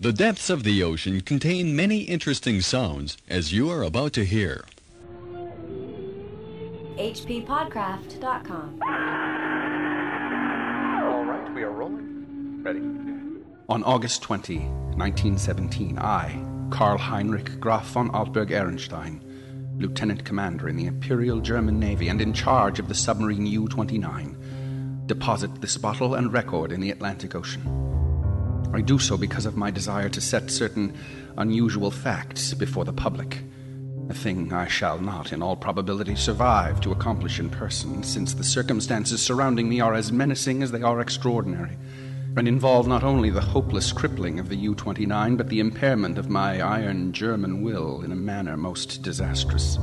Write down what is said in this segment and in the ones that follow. The depths of the ocean contain many interesting sounds, as you are about to hear. HPPodcraft.com. All right, we are rolling. Ready. On August 20, 1917, I, Karl Heinrich Graf von Altberg Ehrenstein, Lieutenant Commander in the Imperial German Navy and in charge of the submarine U 29, deposit this bottle and record in the Atlantic Ocean. I do so because of my desire to set certain unusual facts before the public, a thing I shall not, in all probability, survive to accomplish in person, since the circumstances surrounding me are as menacing as they are extraordinary and involve not only the hopeless crippling of the U 29, but the impairment of my iron German will in a manner most disastrous.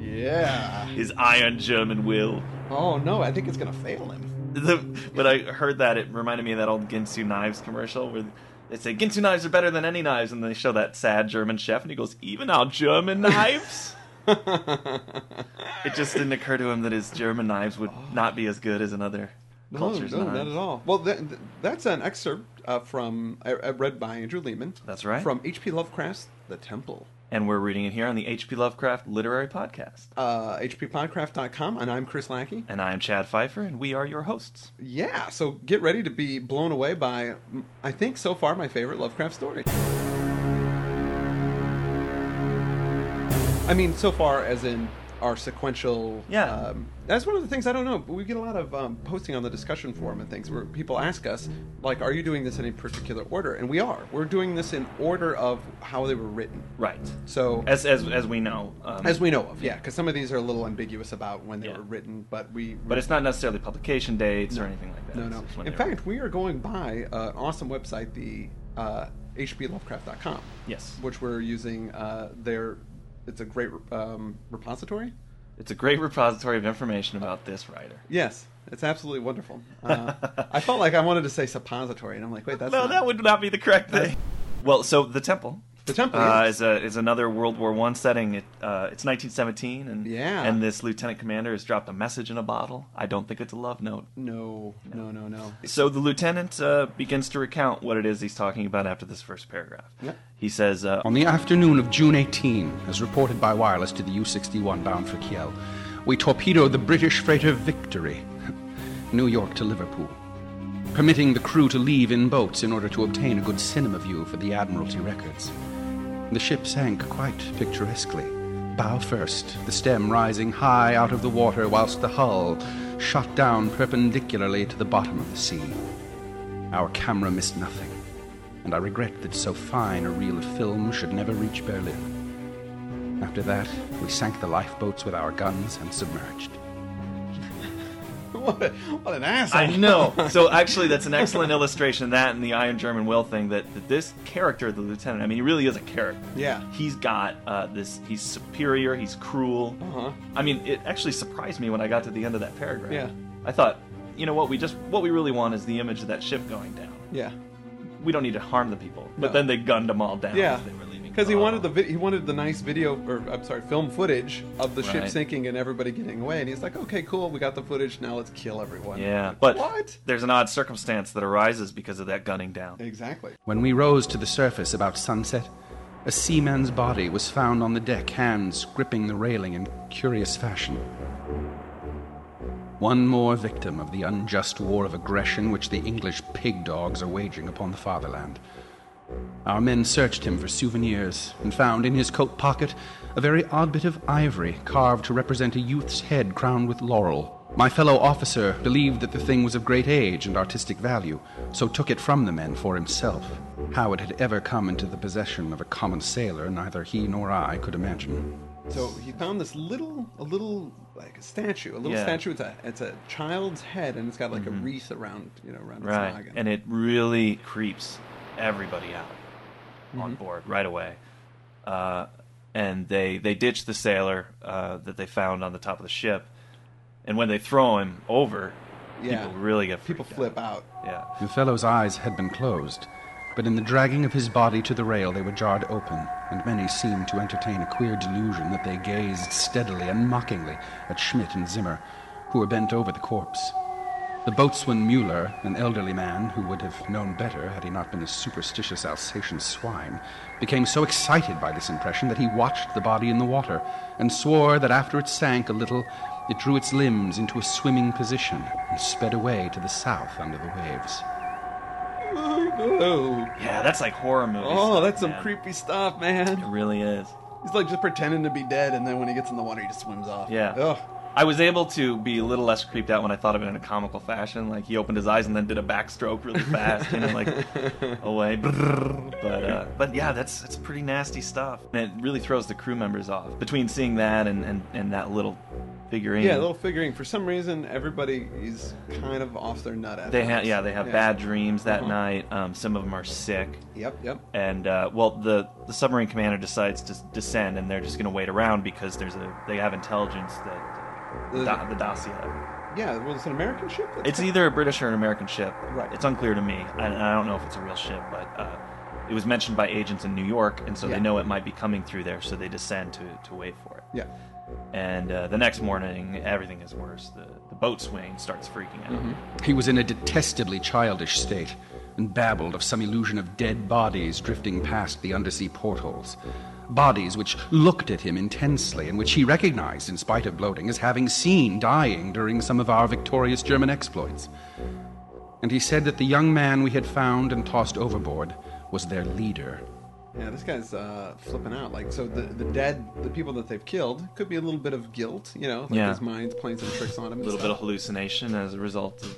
Yeah. His iron German will. Oh no, I think it's gonna fail him. The, when I heard that, it reminded me of that old Ginsu Knives commercial where they say, Ginsu Knives are better than any knives, and they show that sad German chef, and he goes, Even our German knives? it just didn't occur to him that his German knives would not be as good as another No, culture's no, knives. not at all. Well, th- th- that's an excerpt uh, from I, I read by Andrew Lehman. That's right. From H.P. Lovecraft's *The Temple*. And we're reading it here on the H.P. Lovecraft Literary Podcast. Uh, HPPodcraft.com, and I'm Chris Lackey. And I am Chad Pfeiffer, and we are your hosts. Yeah, so get ready to be blown away by, mm, I think so far my favorite Lovecraft story. I mean, so far as in our sequential. Yeah. Um, that's one of the things I don't know. But we get a lot of um, posting on the discussion forum and things where people ask us, like, are you doing this in a particular order? And we are. We're doing this in order of how they were written. Right. So As as, as we know. Um, as we know of, yeah, because some of these are a little ambiguous about when they Yeah. were written, but we. But it's not necessarily publication dates or anything like that. No, It's no. just when In they were- fact, we are going by uh, an awesome website, the uh, hplovecraft.com, yes. which we're using uh, their. It's a great um, repository. It's a great repository of information about this writer. Yes, it's absolutely wonderful. Uh, I felt like I wanted to say suppository, and I'm like, wait, that's no, not- that would not be the correct thing. Well, so the temple. The temple, uh, yes. is a, is another World War One setting. It, uh, it's 1917, and Yeah. and this lieutenant commander has dropped a message in a bottle. I don't think it's a love note. No, no, no, no. So the lieutenant uh, begins to recount what it is he's talking about after this first paragraph. Yeah. He says, uh, On the afternoon of June 18, as reported by wireless to the U 61 bound for Kiel, we torpedoed the British freighter Victory, New York to Liverpool, permitting the crew to leave in boats in order to obtain a good cinema view for the Admiralty records. The ship sank quite picturesquely, bow first, the stem rising high out of the water, whilst the hull shot down perpendicularly to the bottom of the sea. Our camera missed nothing and I regret that so fine a reel of film should never reach Berlin. After that, we sank the lifeboats with our guns and submerged. what, a, what an asshole! I know. So actually, that's an excellent illustration of that and the Iron German Will thing. That, that this character, the lieutenant, I mean, he really is a character. Yeah. He's got uh, this. He's superior. He's cruel. Uh-huh. I mean, it actually surprised me when I got to the end of that paragraph. Yeah. I thought, you know what? We just what we really want is the image of that ship going down. Yeah, We don't need to harm the people. But No. then they gunned them all down. yeah. as They were leaving. Because he Oh. wanted the vi- he wanted the nice video or I'm sorry, film footage of the ship Right. sinking and everybody getting away, and he's like, okay, cool, we got the footage. Now let's kill everyone. Yeah. But What? There's an odd circumstance that arises because of that gunning down. Exactly. When we rose to the surface about sunset, a seaman's body was found on the deck, hands gripping the railing in curious fashion. One more victim of the unjust war of aggression which the English pig dogs are waging upon the fatherland. Our men searched him for souvenirs and found in his coat pocket a very odd bit of ivory carved to represent a youth's head crowned with laurel. My fellow officer believed that the thing was of great age and artistic value, so took it from the men for himself. How it had ever come into the possession of a common sailor, neither he nor I could imagine. So he found this little, a little like a statue, a little Yeah. Mm-hmm. statue. It's a, it's a child's head, and it's got like a wreath around, you know, around its Right. noggin. And it really creeps everybody out Mm-hmm. on board right away. Uh, and they, they ditch the sailor uh, that they found on the top of the ship. And when they throw him over, Yeah. people really get people freaked flip out. out. The fellow's eyes had been closed, but in the dragging of his body to the rail they were jarred open, and many seemed to entertain a queer delusion that they gazed steadily and mockingly at Schmidt and Zimmer, who were bent over the corpse. The boatswain Mueller, an elderly man who would have known better had he not been a superstitious Alsatian swine, became so excited by this impression that he watched the body in the water and swore that after it sank a little, it drew its limbs into a swimming position and sped away to the south under the waves. Oh, Yeah, that's like horror movies. oh, that's some man. creepy stuff, It man. really is. He's like just pretending to be dead, and then when he gets in the water, he just swims off. Yeah. Ugh. I was able to be a little less creeped out when I thought of it in a comical fashion. Like he opened his eyes and then did a backstroke really fast, you know, like away. Brrr. But uh, but yeah, that's that's pretty nasty stuff, and it really throws the crew members off. Between seeing that and and, and that little figurine, Yeah, a little figuring. For some reason, everybody is kind of off their nut. After they have, have yeah they have bad dreams that Uh-huh. night. Um, some of them are sick. Yep, yep. and uh, well, the the submarine commander decides to s- descend, and they're just going to wait around because there's a they have intelligence that the, da- the dossier. Yeah, well, it's an American ship. That's It's either a British or an American ship. Right. It's unclear to me, and I don't know if it's a real ship, but uh, it was mentioned by agents in New York, and so Yeah. they know it might be coming through there, so they descend to to wait for it. Yeah. And uh, the next morning, everything is worse. The the boatswain starts freaking out. Mm-hmm. He was in a detestably childish state and babbled of some illusion of dead bodies drifting past the undersea portholes. Bodies which looked at him intensely and which he recognized, in spite of bloating, as having seen dying during some of our victorious German exploits. And he said that the young man we had found and tossed overboard was their leader. Yeah, this guy's uh, flipping out. Like, so the the dead, the people that they've killed, could be a little bit of guilt. You know, like Yeah. his mind's playing some tricks on him. A little bit of hallucination as a result of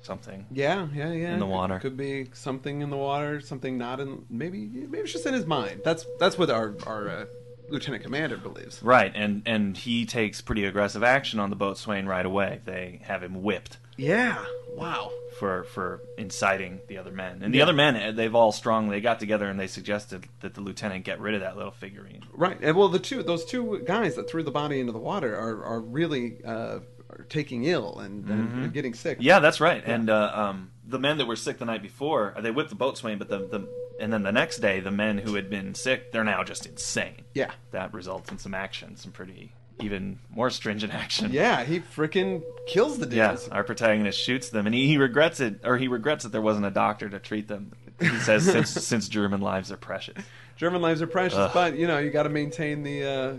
something. Yeah, yeah, yeah. In the Could- water. could be something in the water, something not in. Maybe, maybe it's just in his mind. That's that's what our our uh, lieutenant commander believes. Right, and and he takes pretty aggressive action on the boatswain right away. They have him whipped Yeah. Wow. for for inciting the other men. And the other men, eh, they've all strong. They got together and they suggested that the lieutenant get rid of that little figurine. Right. And well, the two those two guys that threw the body into the water are are really uh, are taking ill and, Mm-hmm. and getting sick. Yeah, that's right. And uh, um, the men that were sick the night before, uh, they whipped the boatswain, but the, the and then the next day, the men who had been sick, they're now just insane. Yeah. that results in some action, some pretty even more stringent action. Yeah. He freaking kills the Yeah, dudes. our protagonist shoots them, and he, he regrets it, or he regrets that there wasn't a doctor to treat them. He says since since German lives are precious. German lives are precious, but you know you got to maintain the uh,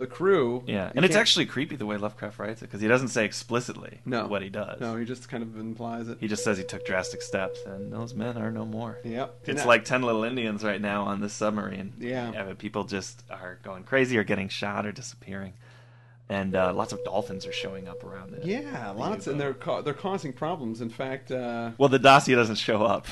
the crew. Yeah, You and it's can't- actually creepy the way Lovecraft writes it because he doesn't say explicitly no what he does. No, he just kind of implies it. He just says he took drastic steps, and those men are no more. Yep. It's And- like ten little Indians right now on this submarine. Yeah. but people just are going crazy, or getting shot, or disappearing, and uh, lots of dolphins are showing up around it. Yeah, lots, and they're ca- they're causing problems. In fact, uh, Well, the dossier doesn't show up,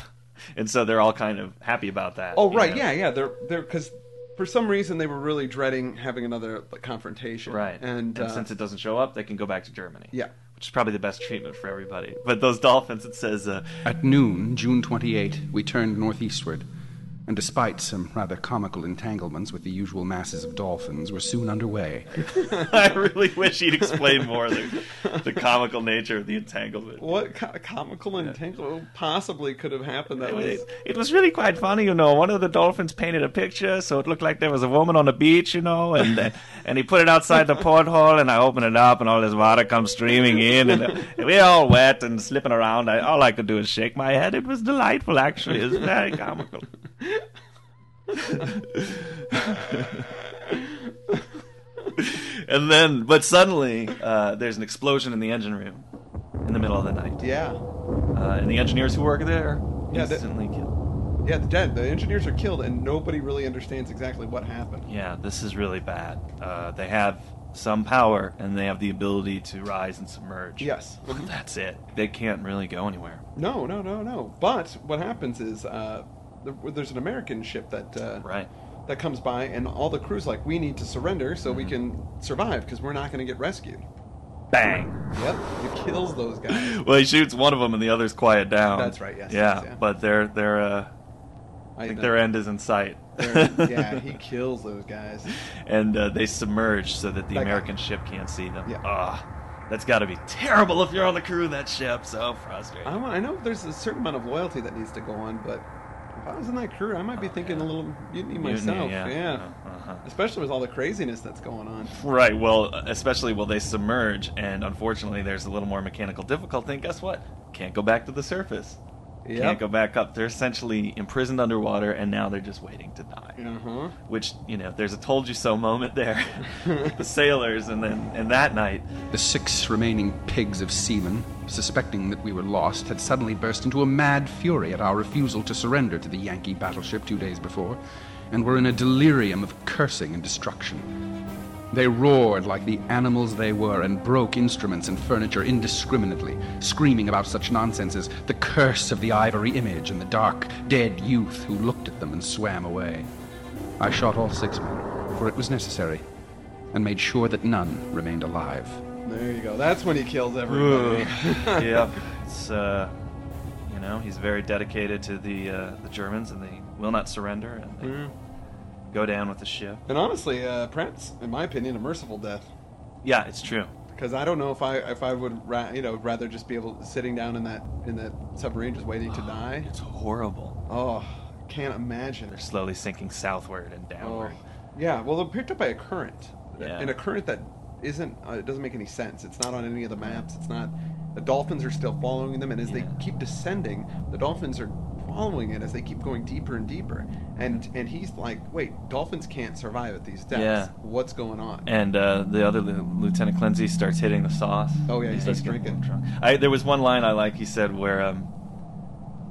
and so they're all kind of happy about that. oh you right, know? yeah, yeah, they're they're because for some reason they were really dreading having another like, confrontation, Right. And, uh, since it doesn't show up, they can go back to Germany. Yeah. Which is probably the best treatment for everybody. But those dolphins, it says, uh, At noon, June 28, we turned northeastward, and despite some rather comical entanglements with the usual masses of dolphins, were soon underway. I really wish he'd explain more the, the comical nature of the entanglement. what co- comical and tangible possibly could have happened that was It, it was really quite funny, you know. One of the dolphins painted a picture, so it looked like there was a woman on the beach, you know, and uh, and he put it outside the porthole, and I opened it up, and all this water comes streaming in, and uh, we're all wet and slipping around. I, all I could do is shake my head. It was delightful, actually. It was very comical. and then, but suddenly, uh, there's an explosion in the engine room in the middle of the night yeah uh, and the engineers who work there Yeah, that- instantly killed. yeah the dead the engineers are killed and nobody really understands exactly what happened. Yeah, this is really bad. Uh, they have some power and they have the ability to rise and submerge. Yes. That's it. They can't really go anywhere. No, no, no, no. But what happens is uh, there, there's an American ship that uh, Right. that comes by, and all the crew's like, "We need to surrender so Mm-hmm. we can survive because we're not going to get rescued." Bang. Yep, it kills those guys. Well, he shoots one of them and the other's quiet down. That's right, yes, Yeah, yes, yeah. but their their uh, I think their end is in sight. They're- yeah, he kills those guys. and uh, they submerge so that That the guy. American ship can't see them. Yeah. Ah, that's got to be terrible if you're on the crew of that ship. So frustrating. I, want, I know there's a certain amount of loyalty that needs to go on, but if I was in that crew, I might be thinking a little mutiny Oh, Mutiny, myself. yeah. yeah. Uh-huh. Especially with all the craziness that's going on. Right. Well, especially will they submerge, and unfortunately, there's a little more mechanical difficulty. And guess what? Can't go back to the surface. Can't Yep. go back up. They're essentially imprisoned underwater, and now they're just waiting to die. Uh-huh. Which you know, there's a told you so moment there. with the sailors, and then and that night, The six remaining pigs of seamen, suspecting that we were lost, had suddenly burst into a mad fury at our refusal to surrender to the Yankee battleship two days before, and were in a delirium of cursing and destruction. They roared like the animals they were and broke instruments and furniture indiscriminately, screaming about such nonsense as the curse of the ivory image and the dark, dead youth who looked at them and swam away. I shot all six men, for it was necessary, and made sure that none remained alive. There you go. That's when he kills everybody. yep. It's uh, you know, he's very dedicated to the uh, the Germans, and they will not surrender, and they Mm. go down with the ship. and honestly, uh, perhaps, in my opinion, a merciful death. Yeah, it's true. Because I don't know if I if I would ra- you know rather just be able sitting down in that in that submarine just waiting to die. It's horrible. Oh, can't imagine. They're slowly sinking southward and Oh, downward. yeah. Well, they're picked up by a current, Yeah. and a current that isn't. Uh, it doesn't make any sense. It's not on any of the maps. It's not. The dolphins are still following them, and as Yeah. they keep descending, the dolphins are following it as they keep going deeper and deeper. And and he's like, wait, dolphins can't survive at these depths. Yeah. What's going on? And uh, the other Lu- Lieutenant Clancy starts hitting the sauce. Oh, yeah, he he's starts getting drinking. drunk. I, there was one line I like. He said where um,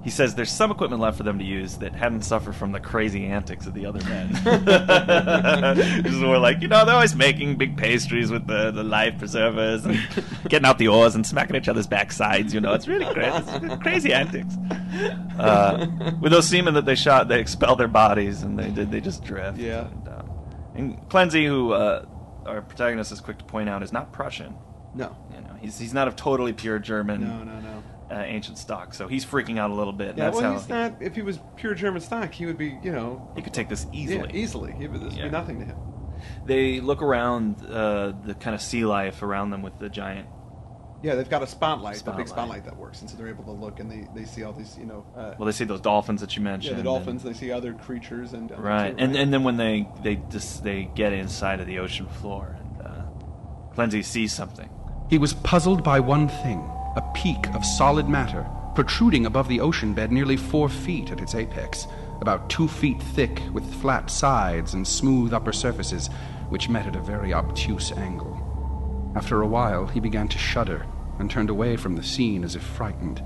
he says there's some equipment left for them to use that hadn't suffered from the crazy antics of the other men. This is more like you know they're always making big pastries with the, the life preservers and getting out the oars and smacking each other's backsides. You know it's really crazy, it's crazy antics. Uh, with those seamen that they shot, they expel their bodies and they did they just drift. Yeah. And, uh, and Clancy, who uh, our protagonist is quick to point out, is not Prussian. no. You know, he's he's not of totally pure German No. No. No. uh, ancient stock, so he's freaking out a little bit. and Yeah, that's well, how he's not. If he was pure German stock, he would be, you know, He could take this yeah, easily. easily. He would, this would Yeah. be nothing to him. They look around uh, the kind of sea life around them with the giant. Yeah, they've got a spotlight, a Spotlight. big spotlight that works, and so they're able to look and they, they see all these, you know, uh, Well, they see those dolphins that you mentioned. yeah, the and- dolphins. They see other creatures and other right, too, and and then when they they just they get inside of the ocean floor, and uh, Clancy sees something. He was puzzled by one thing a peak of solid matter protruding above the ocean bed nearly four feet at its apex, about two feet thick, with flat sides and smooth upper surfaces, which met at a very obtuse angle. After a while, he began to shudder and turned away from the scene as if frightened,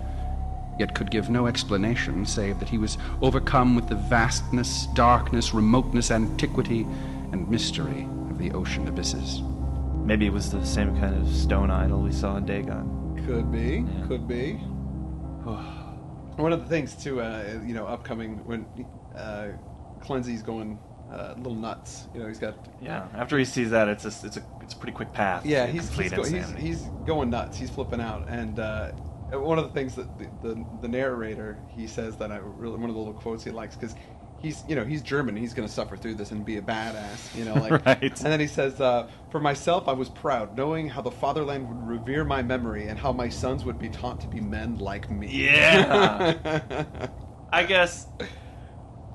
yet could give no explanation save that he was overcome with the vastness, darkness, remoteness, antiquity, and mystery of the ocean abysses. Maybe it was the same kind of stone idol we saw in Dagon. could be, Yeah. could be. One of the things too, uh, you know, upcoming when uh, Clancy's going uh, a little nuts. You know, he's got Yeah. After he sees that, it's a, it's a it's a pretty quick path. Yeah, to he's complete he's, go, he's insanity. he's going nuts. He's flipping out, and uh, one of the things that the, the the narrator he says that I really one of the little quotes he likes because he's you know he's German. He's going to suffer through this and be a badass. You know, like Right. and then he says, uh, "For myself, I was proud, knowing how the fatherland would revere my memory and how my sons would be taught to be men like me." Yeah. I guess.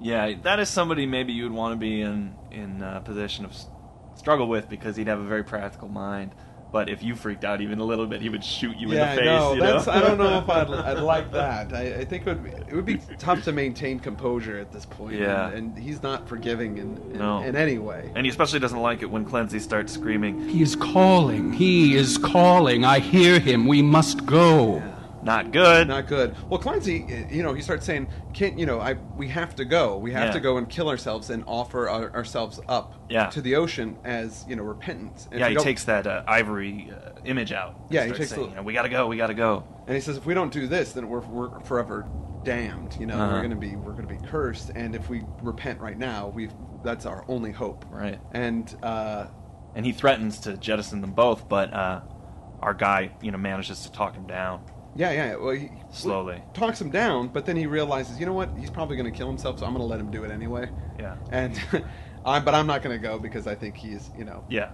Yeah, that is somebody maybe you would want to be in in a position of s- struggle with because he'd have a very practical mind. But if you freaked out even a little bit, he would shoot you yeah, in the face. I know. you That's, I don't know if I'd, I'd like that. I, I think it would, be, it would be tough to maintain composure at this point. Yeah. And, and he's not forgiving in, in, No. in any way. And he especially doesn't like it when Clancy starts screaming, He is calling. He is calling. I hear him. We must go. "Not good." Not good. Well, Clancy, uh, you know, he starts saying, "Can't you know? I we have to go. We have Yeah. to go and kill ourselves and offer our, ourselves up Yeah. to the ocean as you know repentance." And if yeah, we he don't- takes that uh, ivory uh, image out. Yeah, he starts takes saying, the- you know, "We gotta go. We gotta go." and he says, "If we don't do this, then we're we're forever damned. You know, Uh-huh. we're gonna be we're gonna be cursed. And if we repent right now, we have that's our only hope." Right. And uh, and he threatens to jettison them both, but uh, our guy, you know, manages to talk him down. yeah, yeah. Well, he Slowly. talks him down, but then he realizes, you know what? He's probably gonna kill himself, so I'm gonna let him do it anyway. Yeah. And. I, but I'm not going to go because I think he's, you know, Yeah.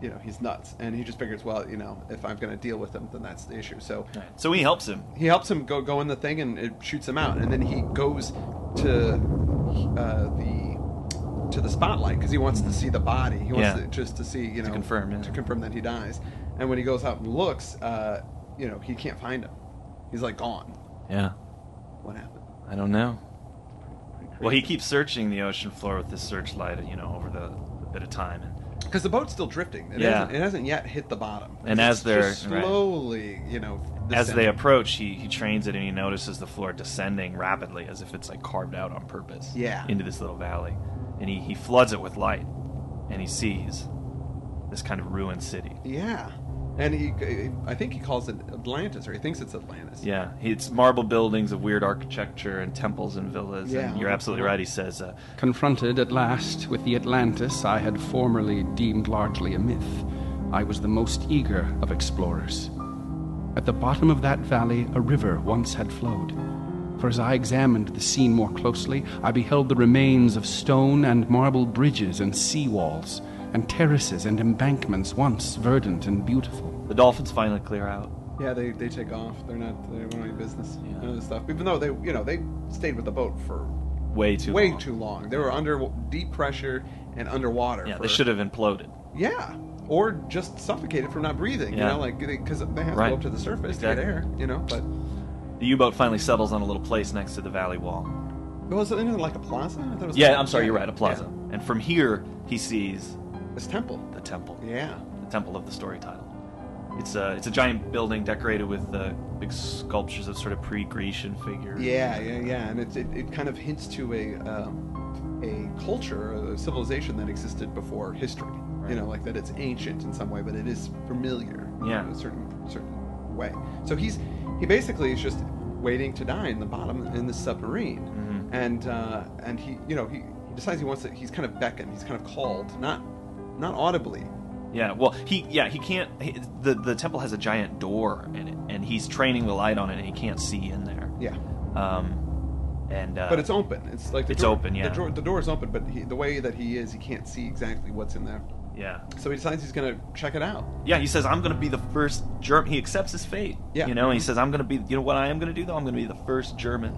you know he's nuts and he just figures well you know if i'm going to deal with him then that's the issue so Right. So he helps him. he helps him go go in the thing and it shoots him out and then he goes to uh, the to the spotlight because he wants to see the body. He wants Mm-hmm. to, Yeah. just to see you know confirm, yeah. to confirm that he dies. And when he goes out and looks, uh, you know he can't find him. He's like gone. Yeah. What happened? I don't know. Well, he keeps searching the ocean floor with this searchlight, you know, over the, the bit of time. And Because the boat's still drifting. It, Yeah. hasn't, it hasn't yet hit the bottom. And It's as they're- just right. slowly, you know, as they descending. approach, he, he trains it and he notices the floor descending rapidly as if it's like carved out on purpose Yeah. into this little valley. And he, he floods it with light and he sees this kind of ruined city. Yeah, and he, I think he calls it Atlantis, or he thinks it's Atlantis. Yeah, it's marble buildings of weird architecture and temples and villas. Yeah. And you're absolutely right. He says, uh, Confronted at last with the Atlantis I had formerly deemed largely a myth, I was the most eager of explorers. At the bottom of that valley, a river once had flowed. For as I examined the scene more closely, I beheld the remains of stone and marble bridges and sea walls, and terraces and embankments once verdant and beautiful. the dolphins finally clear out. Yeah, they, they take off. They're not they're not in business. Yeah. None of this stuff. Even though they you know they stayed with the boat for Way too way long. too long. They were under deep pressure and underwater. Yeah, for, they should have imploded. Yeah, or just suffocated from not breathing. You Yeah. know, like because they have Right. to go up to the surface to Exactly. get air. You know, but The U boat finally settles on a little place next to the valley wall. it was in like a plaza. I thought it was Yeah, like- I'm sorry, you're right, a plaza. And from here, he sees Yeah. It's temple. the temple. Yeah. The temple of the story title. It's a, it's a giant building decorated with uh, big sculptures of sort of pre Grecian figures. Yeah, yeah, yeah, and it, it, it kind of hints to a um, a culture, a civilization that existed before history. You know, like that it's ancient in some way, but it is familiar. Yeah. in a certain certain way. So he's he basically is just waiting to die in the bottom in the submarine, Mm-hmm. and uh, and he you know he, he decides he wants to. He's kind of beckoned. He's kind of called, not not audibly. Yeah, well, he yeah he can't. He, the the temple has a giant door in it, and he's training the light on it, and he can't see in there. Yeah. Um, and uh, But it's open. It's like the It's door- open, yeah. The door, the door is open, but he, the way that he is, he can't see exactly what's in there. yeah So he decides he's gonna check it out. yeah. He says I'm gonna be the first German. He accepts his fate. Yeah. you know. And he says I'm gonna be. You know what I am gonna do though? I'm gonna be the first German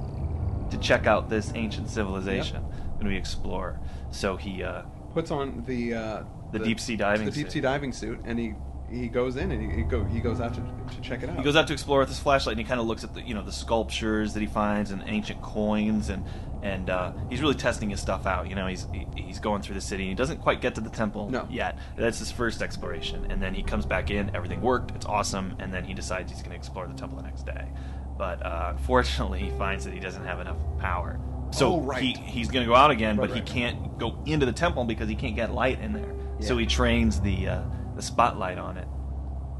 to check out this ancient civilization. I'm gonna be explorer. So he uh, Puts on the uh, The deep sea diving the deep suit. sea diving suit, and he he goes in and he, he go he goes out to, to check it out. He goes out to explore with his flashlight, and he kind of looks at the you know the sculptures that he finds and ancient coins, and and uh, he's really testing his stuff out. You know, he's he, he's going through the city, and he doesn't quite get to the temple No. yet. That's his first exploration, and then he comes back in. Everything worked. It's awesome, and then he decides he's going to explore the temple the next day. But uh, unfortunately, he finds that he doesn't have enough power, so Oh, right. he he's going to go out again, Right, but right. he can't go into the temple because he can't get light in there. So Yeah. he trains the uh, the spotlight on it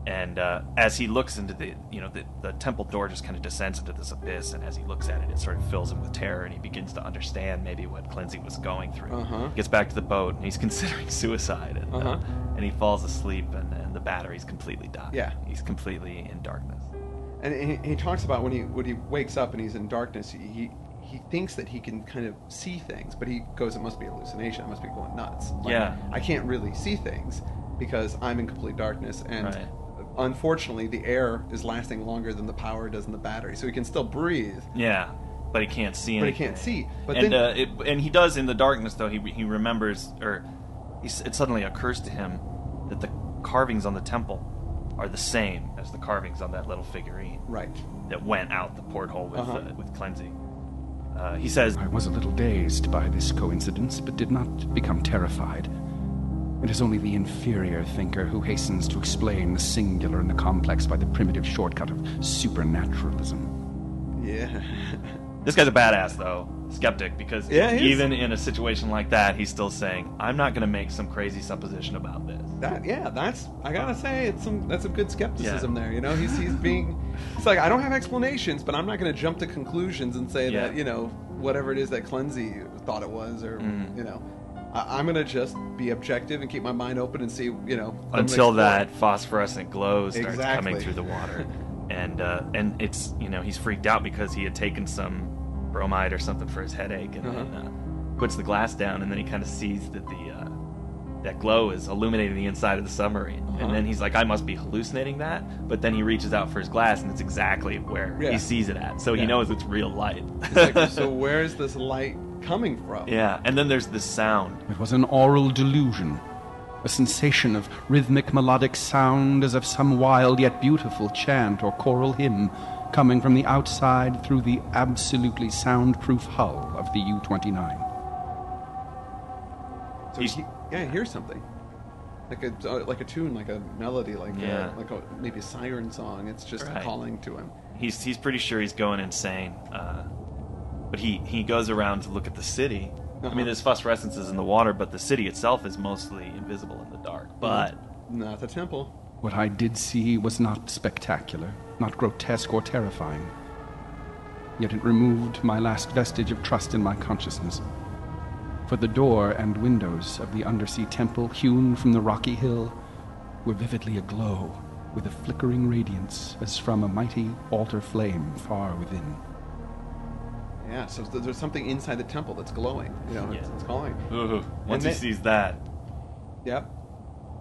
and uh, as he looks into the you know the, the temple door just kind of descends into this abyss and as he looks at it it sort of fills him with terror and he begins to understand maybe what cleansing was going through Uh-huh. gets back to the boat and he's considering suicide and, uh, Uh-huh. and he falls asleep and, and the battery's completely died Yeah. he's completely in darkness and he, he talks about when he when he wakes up and he's in darkness. He, he he thinks that he can kind of see things, but he goes, "It must be a hallucination. I must be going nuts. Like, Yeah. I can't really see things because I'm in complete darkness and." Right. Unfortunately, the air is lasting longer than the power does in the battery, so he can still breathe. yeah but he can't see But he anything. can't see. But then- and uh, it, and he does in the darkness though he, he remembers or he, s- it suddenly occurs to him that the carvings on the temple are the same as the carvings on that little figurine Right. that went out the porthole with Uh-huh. uh, with cleansing. Uh, he says, I was a little dazed by this coincidence, but did not become terrified. It is only the inferior thinker who hastens to explain the singular and the complex by the primitive shortcut of supernaturalism. Yeah. "This guy's a badass, though." Skeptic, because Yeah, he is. even in a situation like that, he's still saying, "I'm not going to make some crazy supposition about this." That yeah, that's I gotta say it's some that's some good skepticism Yeah. there. You know, he's he's being it's like I don't have explanations, but I'm not gonna jump to conclusions and say Yeah. that you know whatever it is that Cleansey thought it was or Mm. you know I, I'm gonna just be objective and keep my mind open and see you know I'm Until gonna that phosphorescent glow starts coming Exactly. through the water, and uh, and it's you know he's freaked out because he had taken some Uh-huh. bromide or something for his headache, and then uh, puts the glass down, and then he kind of sees that the uh, that glow is illuminating the inside of the submarine. Uh-huh. And then he's like, I must be hallucinating that. But then he reaches out for his glass, and it's exactly where Yeah. he sees it at. So Yeah. he knows it's real light. It's like, so where is this light coming from? yeah. And then there's the sound. It was an oral delusion, a sensation of rhythmic melodic sound as of some wild yet beautiful chant or choral hymn coming from the outside through the absolutely soundproof hull of the U 29. So he, yeah, I hear something. Like a uh, like a tune, like a melody, like Yeah. a, like a, maybe a siren song. It's just Right. calling to him. He's he's pretty sure he's going insane. Uh, but he he goes around to look at the city. I Uh-huh. mean, there's phosphorescences in the water, but the city itself is mostly invisible in the Mm-hmm. dark. But Not the temple. What I did see was not spectacular, not grotesque or terrifying. Yet it removed my last vestige of trust in my consciousness. For the door and windows of the undersea temple, hewn from the rocky hill, were vividly aglow with a flickering radiance as from a mighty altar flame far within. Yeah, so th- there's something inside the temple that's glowing. You know, it's, Yeah. it's calling. Ooh, once they- he sees that, Yep.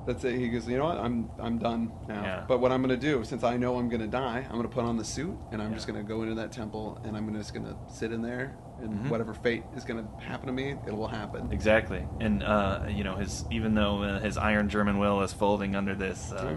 That's it. He goes, you know what? I'm I'm done now. Yeah. But what I'm gonna do, since I know I'm gonna die, I'm gonna put on the suit and I'm Yeah. just gonna go into that temple and I'm gonna- just gonna sit in there and Mm-hmm. whatever fate is gonna happen to me, it will happen. Exactly, and uh, you know his even though uh, his iron German will is folding under this uh,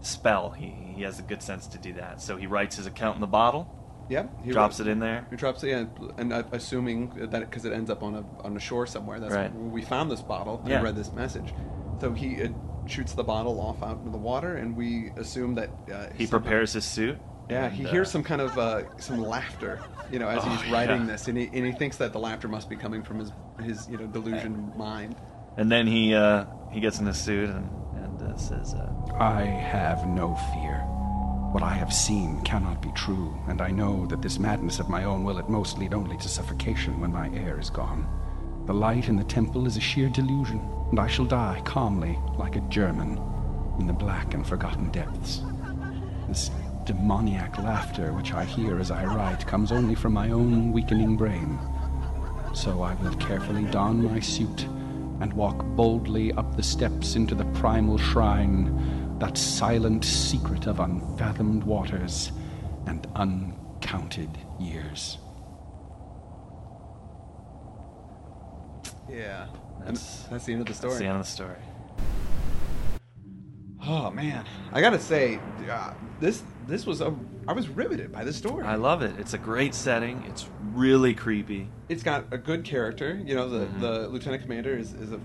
spell, he he has a good sense to do that. So he writes his account in the bottle, Yep. He drops it in there. He drops it, in, and uh, assuming that because it ends up on a on a shore somewhere. That's Right. where we found this bottle. and Yeah. read this message. So he uh, shoots the bottle off out into the water, and we assume that uh, He some- prepares his suit. Yeah, and, he uh, hears some kind of uh, some laughter, you know, as Oh, he's writing yeah. this, and he, and he thinks that the laughter must be coming from his his you know delusion mind. and then he uh, he gets in his suit and and uh, says, uh, I have no fear. What I have seen cannot be true, and I know that this madness of my own will at most lead only to suffocation when my air is gone. The light in the temple is a sheer delusion, and I shall die calmly, like a German, in the black and forgotten depths. This demoniac laughter which I hear as I write comes only from my own weakening brain. So I will carefully don my suit and walk boldly up the steps into the primal shrine, that silent secret of unfathomed waters and uncounted years. Yeah, That's- and that's the end of the story. "That's the end of the story." Oh man, I gotta say, uh, this this was a I was riveted by this story. I love it. It's a great setting. It's really creepy. it's got a good character. You know, the, Mm-hmm. the lieutenant commander is, is a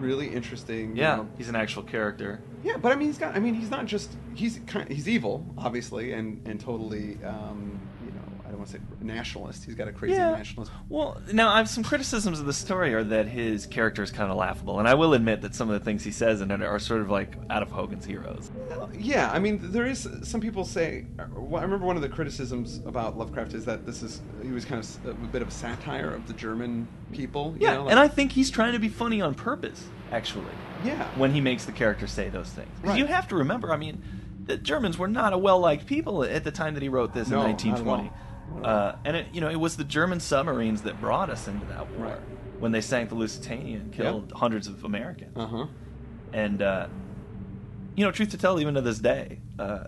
really interesting. you Yeah, know- he's an actual character. yeah, but I mean, he's got. I mean, he's not just. He's kind. He's evil, obviously, and and totally. Um, you know, I don't want to say nationalist. He's got a crazy nationalist. Well, now I've some criticisms of the story are that his character is kind of laughable, and I will admit that some of the things he says in it are sort of like out of Hogan's Heroes. Yeah, I mean, there is some people say. Well, I remember one of the criticisms about Lovecraft is that this is he was kind of a bit of a satire of the German people. You Yeah, know, and I think he's trying to be funny on purpose, actually, yeah. when he makes the character say those things. 'Cause Right. You have to remember, I mean, the Germans were not a well-liked people at the time that he wrote this No, not in at 1920, all. uh, and it, you know, it was the German submarines that brought us into that war Right. when they sank the Lusitania and killed hundreds of Americans. uh huh. And uh, you know, truth to tell, even to this day, uh,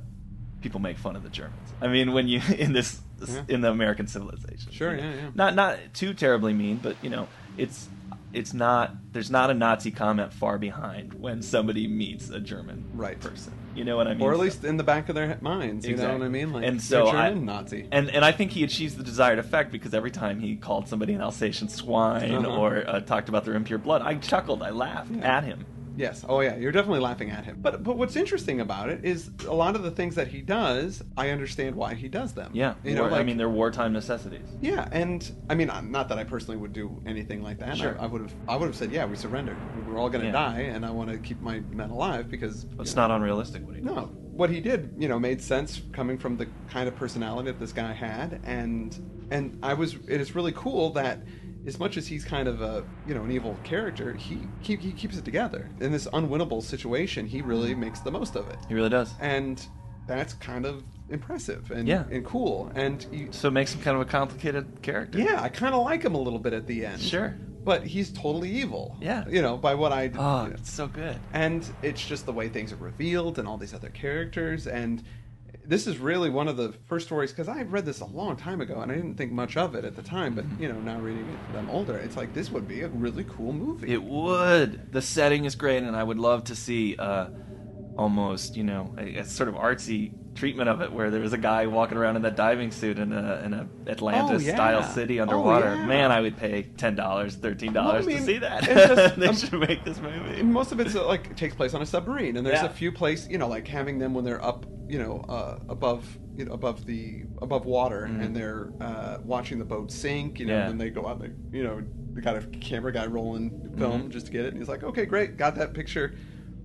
people make fun of the Germans. I mean, when you in this Yeah. in the American civilization, Sure, you know. yeah, yeah. not not too terribly mean, but you know, it's it's not there's not a Nazi comment far behind when somebody meets a German Right. person. You know what I mean? Or at So- least in the back of their minds. You know what I Exactly. mean? Like and they're so I, German Nazi. and and I think he achieves the desired effect because every time he called somebody an Alsatian swine Uh-huh. or uh, talked about their impure blood, I chuckled, I laughed Yeah. at him. Yes. Oh, yeah. You're definitely laughing at him. But but what's interesting about it is a lot of the things that he does, I understand why he does them. Yeah, You know, war- I like- mean, they're wartime necessities. Yeah, and I mean, I'm- not that I personally would do anything like that. Sure. I would have. I would have said, yeah, we surrendered. We're all going to Yeah. die, and I want to keep my men alive because you It's know, not unrealistic. What he No, what he did, you know, made sense coming from the kind of personality that this guy had, and and I was. It is really cool that, as much as he's kind of a you know an evil character, he he, he keeps it together in this unwinnable situation. He really Mm-hmm. makes the most of it, He really does. and that's kind of impressive and Yeah. and cool. And you, So it makes him kind of a complicated character. yeah, I kind of like him a little bit at the end. Sure. but he's totally evil. Yeah. You know, by what I Oh, you know. it's so good. and it's just the way things are revealed and all these other characters and this is really one of the first stories because I read this a long time ago and I didn't think much of it at the time, but you know, now reading it, I'm older. It's like this would be a really cool movie. It would. The setting is great, and I would love to see uh, almost, you know, a, a sort of artsy treatment of it, where there was a guy walking around in that diving suit in a in a Atlanta style yeah. city Oh, underwater. yeah. Man, I would pay ten dollars, thirteen dollars Well, I to mean, see that. it's just- they um, should make this movie. And most of it's uh, like takes place on a submarine, and there's Yeah. a few place, you know, like having them when they're up, you know, uh, above, you know, above the above water, and they're uh, watching the boat sink. You know, Mm-hmm. Yeah. and then they go out, and they, you know, they got a camera guy rolling film Mm-hmm. just to get it, and he's like, okay, great, got that picture.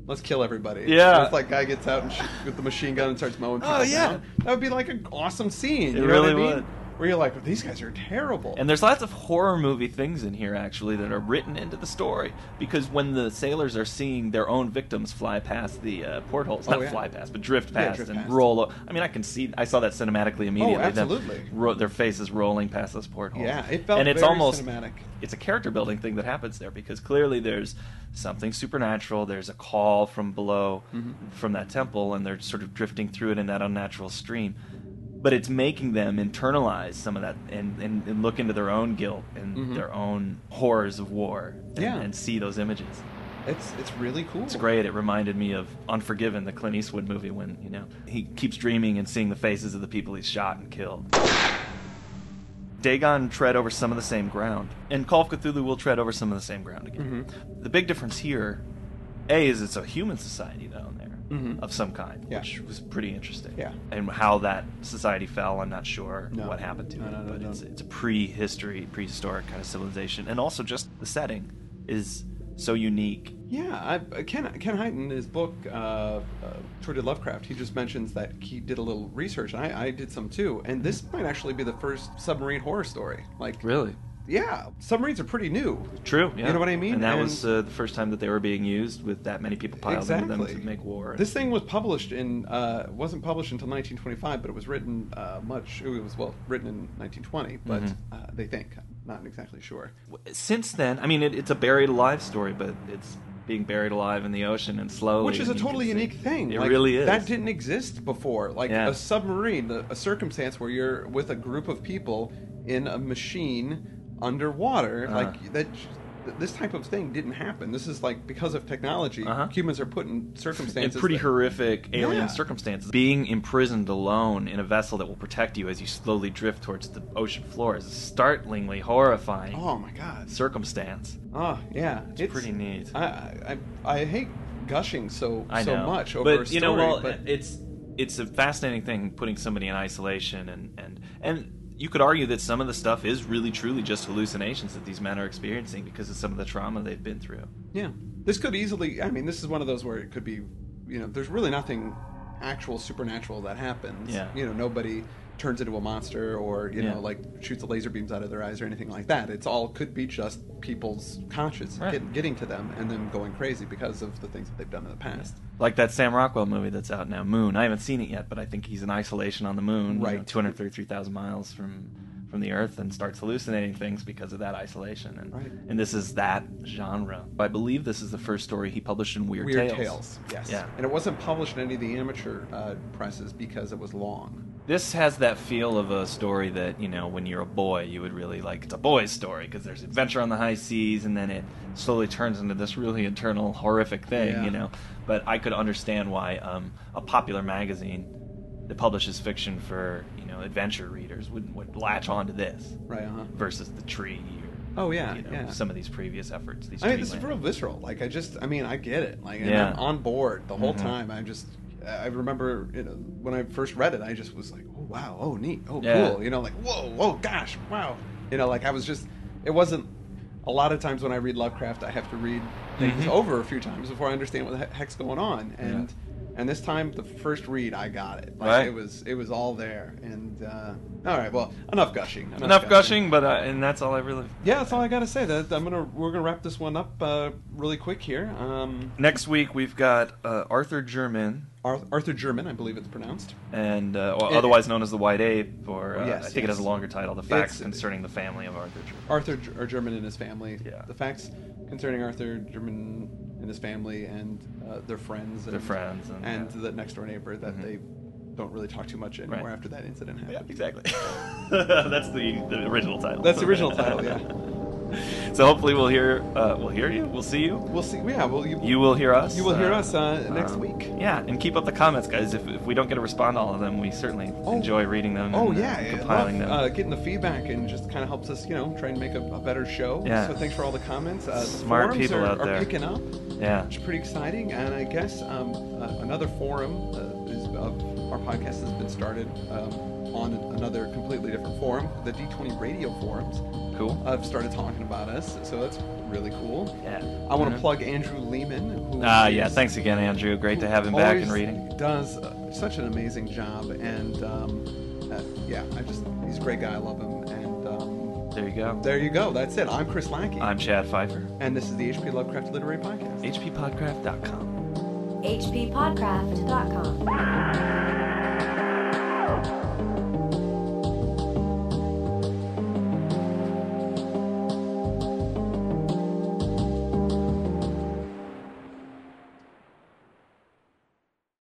Let's kill everybody. Yeah. it's like guy gets out and shoot with the machine gun and starts mowing. People Oh, yeah. down. that would be like an awesome scene. It you know what I really mean? would. Where you're like, well, these guys are terrible. And there's lots of horror movie things in here actually that are written into the story because when the sailors are seeing their own victims fly past the uh, portholes, Oh, not yeah. fly past, but drift Yeah, past drift and past. Oh, roll. o- I mean, I can see. I saw that cinematically immediately. them absolutely. ro- their faces rolling past those portholes. yeah, it felt and it's very almost cinematic. it's a character building thing that happens there because clearly there's something supernatural. There's a call from below, Mm-hmm. from that temple, and they're sort of drifting through it in that unnatural stream. But it's making them internalize some of that and, and, and look into their own guilt and their own horrors of war and, Yeah. and see those images. It's it's really cool. It's great. It reminded me of Unforgiven, the Clint Eastwood movie, when you know he keeps dreaming and seeing the faces of the people he's shot and killed. Dagon tread over some of the same ground, and Call of Cthulhu will tread over some of the same ground again. Mm-hmm. The big difference here, a, is it's a human society down there Mhm. of some kind, Yeah. which was pretty interesting. Yeah. And how that society fell, I'm not sure No. what happened to No, it, no, no, but no. it's it's a prehistory, prehistoric kind of civilization, and also just the setting is so unique Yeah, I, Ken Ken Height in his book uh, uh, Toward Lovecraft, he just mentions that he did a little research, and I, I did some too. And this might actually be the first submarine horror story. Like, Really? yeah, submarines are pretty new. True. Yeah. You know what I mean? And that And- was uh, the first time that they were being used with that many people piled into them Exactly. to make war. This thing was published in uh, wasn't published until 1925, but it was written uh, much. It was well written in 1920, but Mm-hmm. uh, they think I'm not exactly sure. Since then, I mean, it, it's a buried alive story, but it's being buried alive in the ocean and slowly. Which is a and you can totally see- unique thing. It Like, really is. That didn't exist before. Like Yeah. a submarine, the, a circumstance where you're with a group of people in a machine underwater, Uh-huh. like that. This type of thing didn't happen. This is like because of technology, Uh-huh. humans are put in in circumstances. pretty that- horrific alien Yeah. circumstances. Being imprisoned alone in a vessel that will protect you as you slowly drift towards the ocean floor is a startlingly horrifying Oh my god. circumstance. Oh yeah, It's, pretty neat. I, I I I hate gushing so I so know. much over but, a story, you know, well, but it's it's a fascinating thing putting somebody in isolation and and and you could argue that some of the stuff is really truly just hallucinations that these men are experiencing because of some of the trauma they've been through. Yeah. This could easily, I mean, this is one of those where it could be, you know, there's really nothing actual supernatural that happens. Yeah. You know, nobody turns into a monster or, you Yeah. know, like shoots the laser beams out of their eyes or anything like that. It's all could be just people's conscience Right. get, getting to them and them going crazy because of the things that they've done in the past. Like that Sam Rockwell movie that's out now, Moon. I haven't seen it yet, but I think he's in isolation on the moon, you know, Right. 233,000 miles from from the Earth, and starts hallucinating things because of that isolation. And Right. and this is that genre. I believe this is the first story he published in Weird, Weird Tales. Tales. Yes. Yeah. And it wasn't published in any of the amateur uh, presses because it was long. This has that feel of a story that you know when you're a boy you would really like. It's a boy's story because there's adventure on the high seas, and then it slowly turns into this really internal horrific thing, Yeah. you know. But I could understand why um, a popular magazine that publishes fiction for you know adventure readers would would latch onto this Right, uh-huh. versus the tree. Or, Oh, yeah, you know, yeah. Some of these previous efforts. These I mean, tree this is land- real visceral. Like, I just, I mean, I get it. Like, and Yeah. I'm on board the whole Mhm. time. I just, I remember, you know, when I first read it, I just was like, oh, wow, oh, neat, oh, Yeah. cool. You know, like, whoa, oh, gosh, wow. You know, like, I was just, it wasn't, a lot of times when I read Lovecraft, I have to read things Mhm. over a few times before I understand what the he- heck's going on. And And this time, the first read, I got it. Like, Right. It was it was all there. And uh, all right, well, enough gushing. Enough gushing, but uh, and that's all I really. Yeah, that's all I gotta say. That I'm gonna we're gonna wrap this one up uh, really quick here. Um, Next week we've got uh, Arthur German, Ar- Arthur German, I believe it's pronounced. and uh, well, otherwise known as the White Ape, or uh, Yes, I think it yes. has a longer title: The It's- Facts Concerning the Family of Arthur German. Arthur G- or German and his family. Yeah. The facts concerning Arthur German and his family and uh, their friends. And, Their friends and- and, yeah. the next door neighbor that Mhm. they don't really talk too much anymore Right. after that incident happened. Yeah, exactly. That's the, the original title. That's the original title. Yeah. So hopefully we'll hear uh, we'll hear you. We'll see you. We'll see. Yeah. Well, you, You will hear us. you will hear uh, us uh, next um, week. Yeah, and keep up the comments, guys. If, if we don't get to respond to all of them, we certainly Oh. enjoy reading them. Oh and, uh, yeah, yeah, compiling love, them. Uh, getting the feedback and just kind of helps us, you know, try and make a, a better show. Yeah. So thanks for all the comments. Uh, the Smart forums people are, out are there. picking up, yeah. which is pretty exciting. And I guess um, uh, another forum uh, is, of our podcast has been started um, on another completely different forum, the D20 Radio forums. Cool. I've started talking about us, so that's really cool. Yeah. I want to Mhm. plug Andrew Lehman. who Ah, yeah. is- Thanks again, Andrew. Great to have him back and always reading. Does uh, such an amazing job, and um, uh, yeah, I just he's a great guy. I love him. And um, There you go. there you go. That's it. I'm Chris Lackey, I'm Chad Pfeiffer. and this is the HP Lovecraft Literary Podcast. HPPodcraft.com. hppodcraft.com.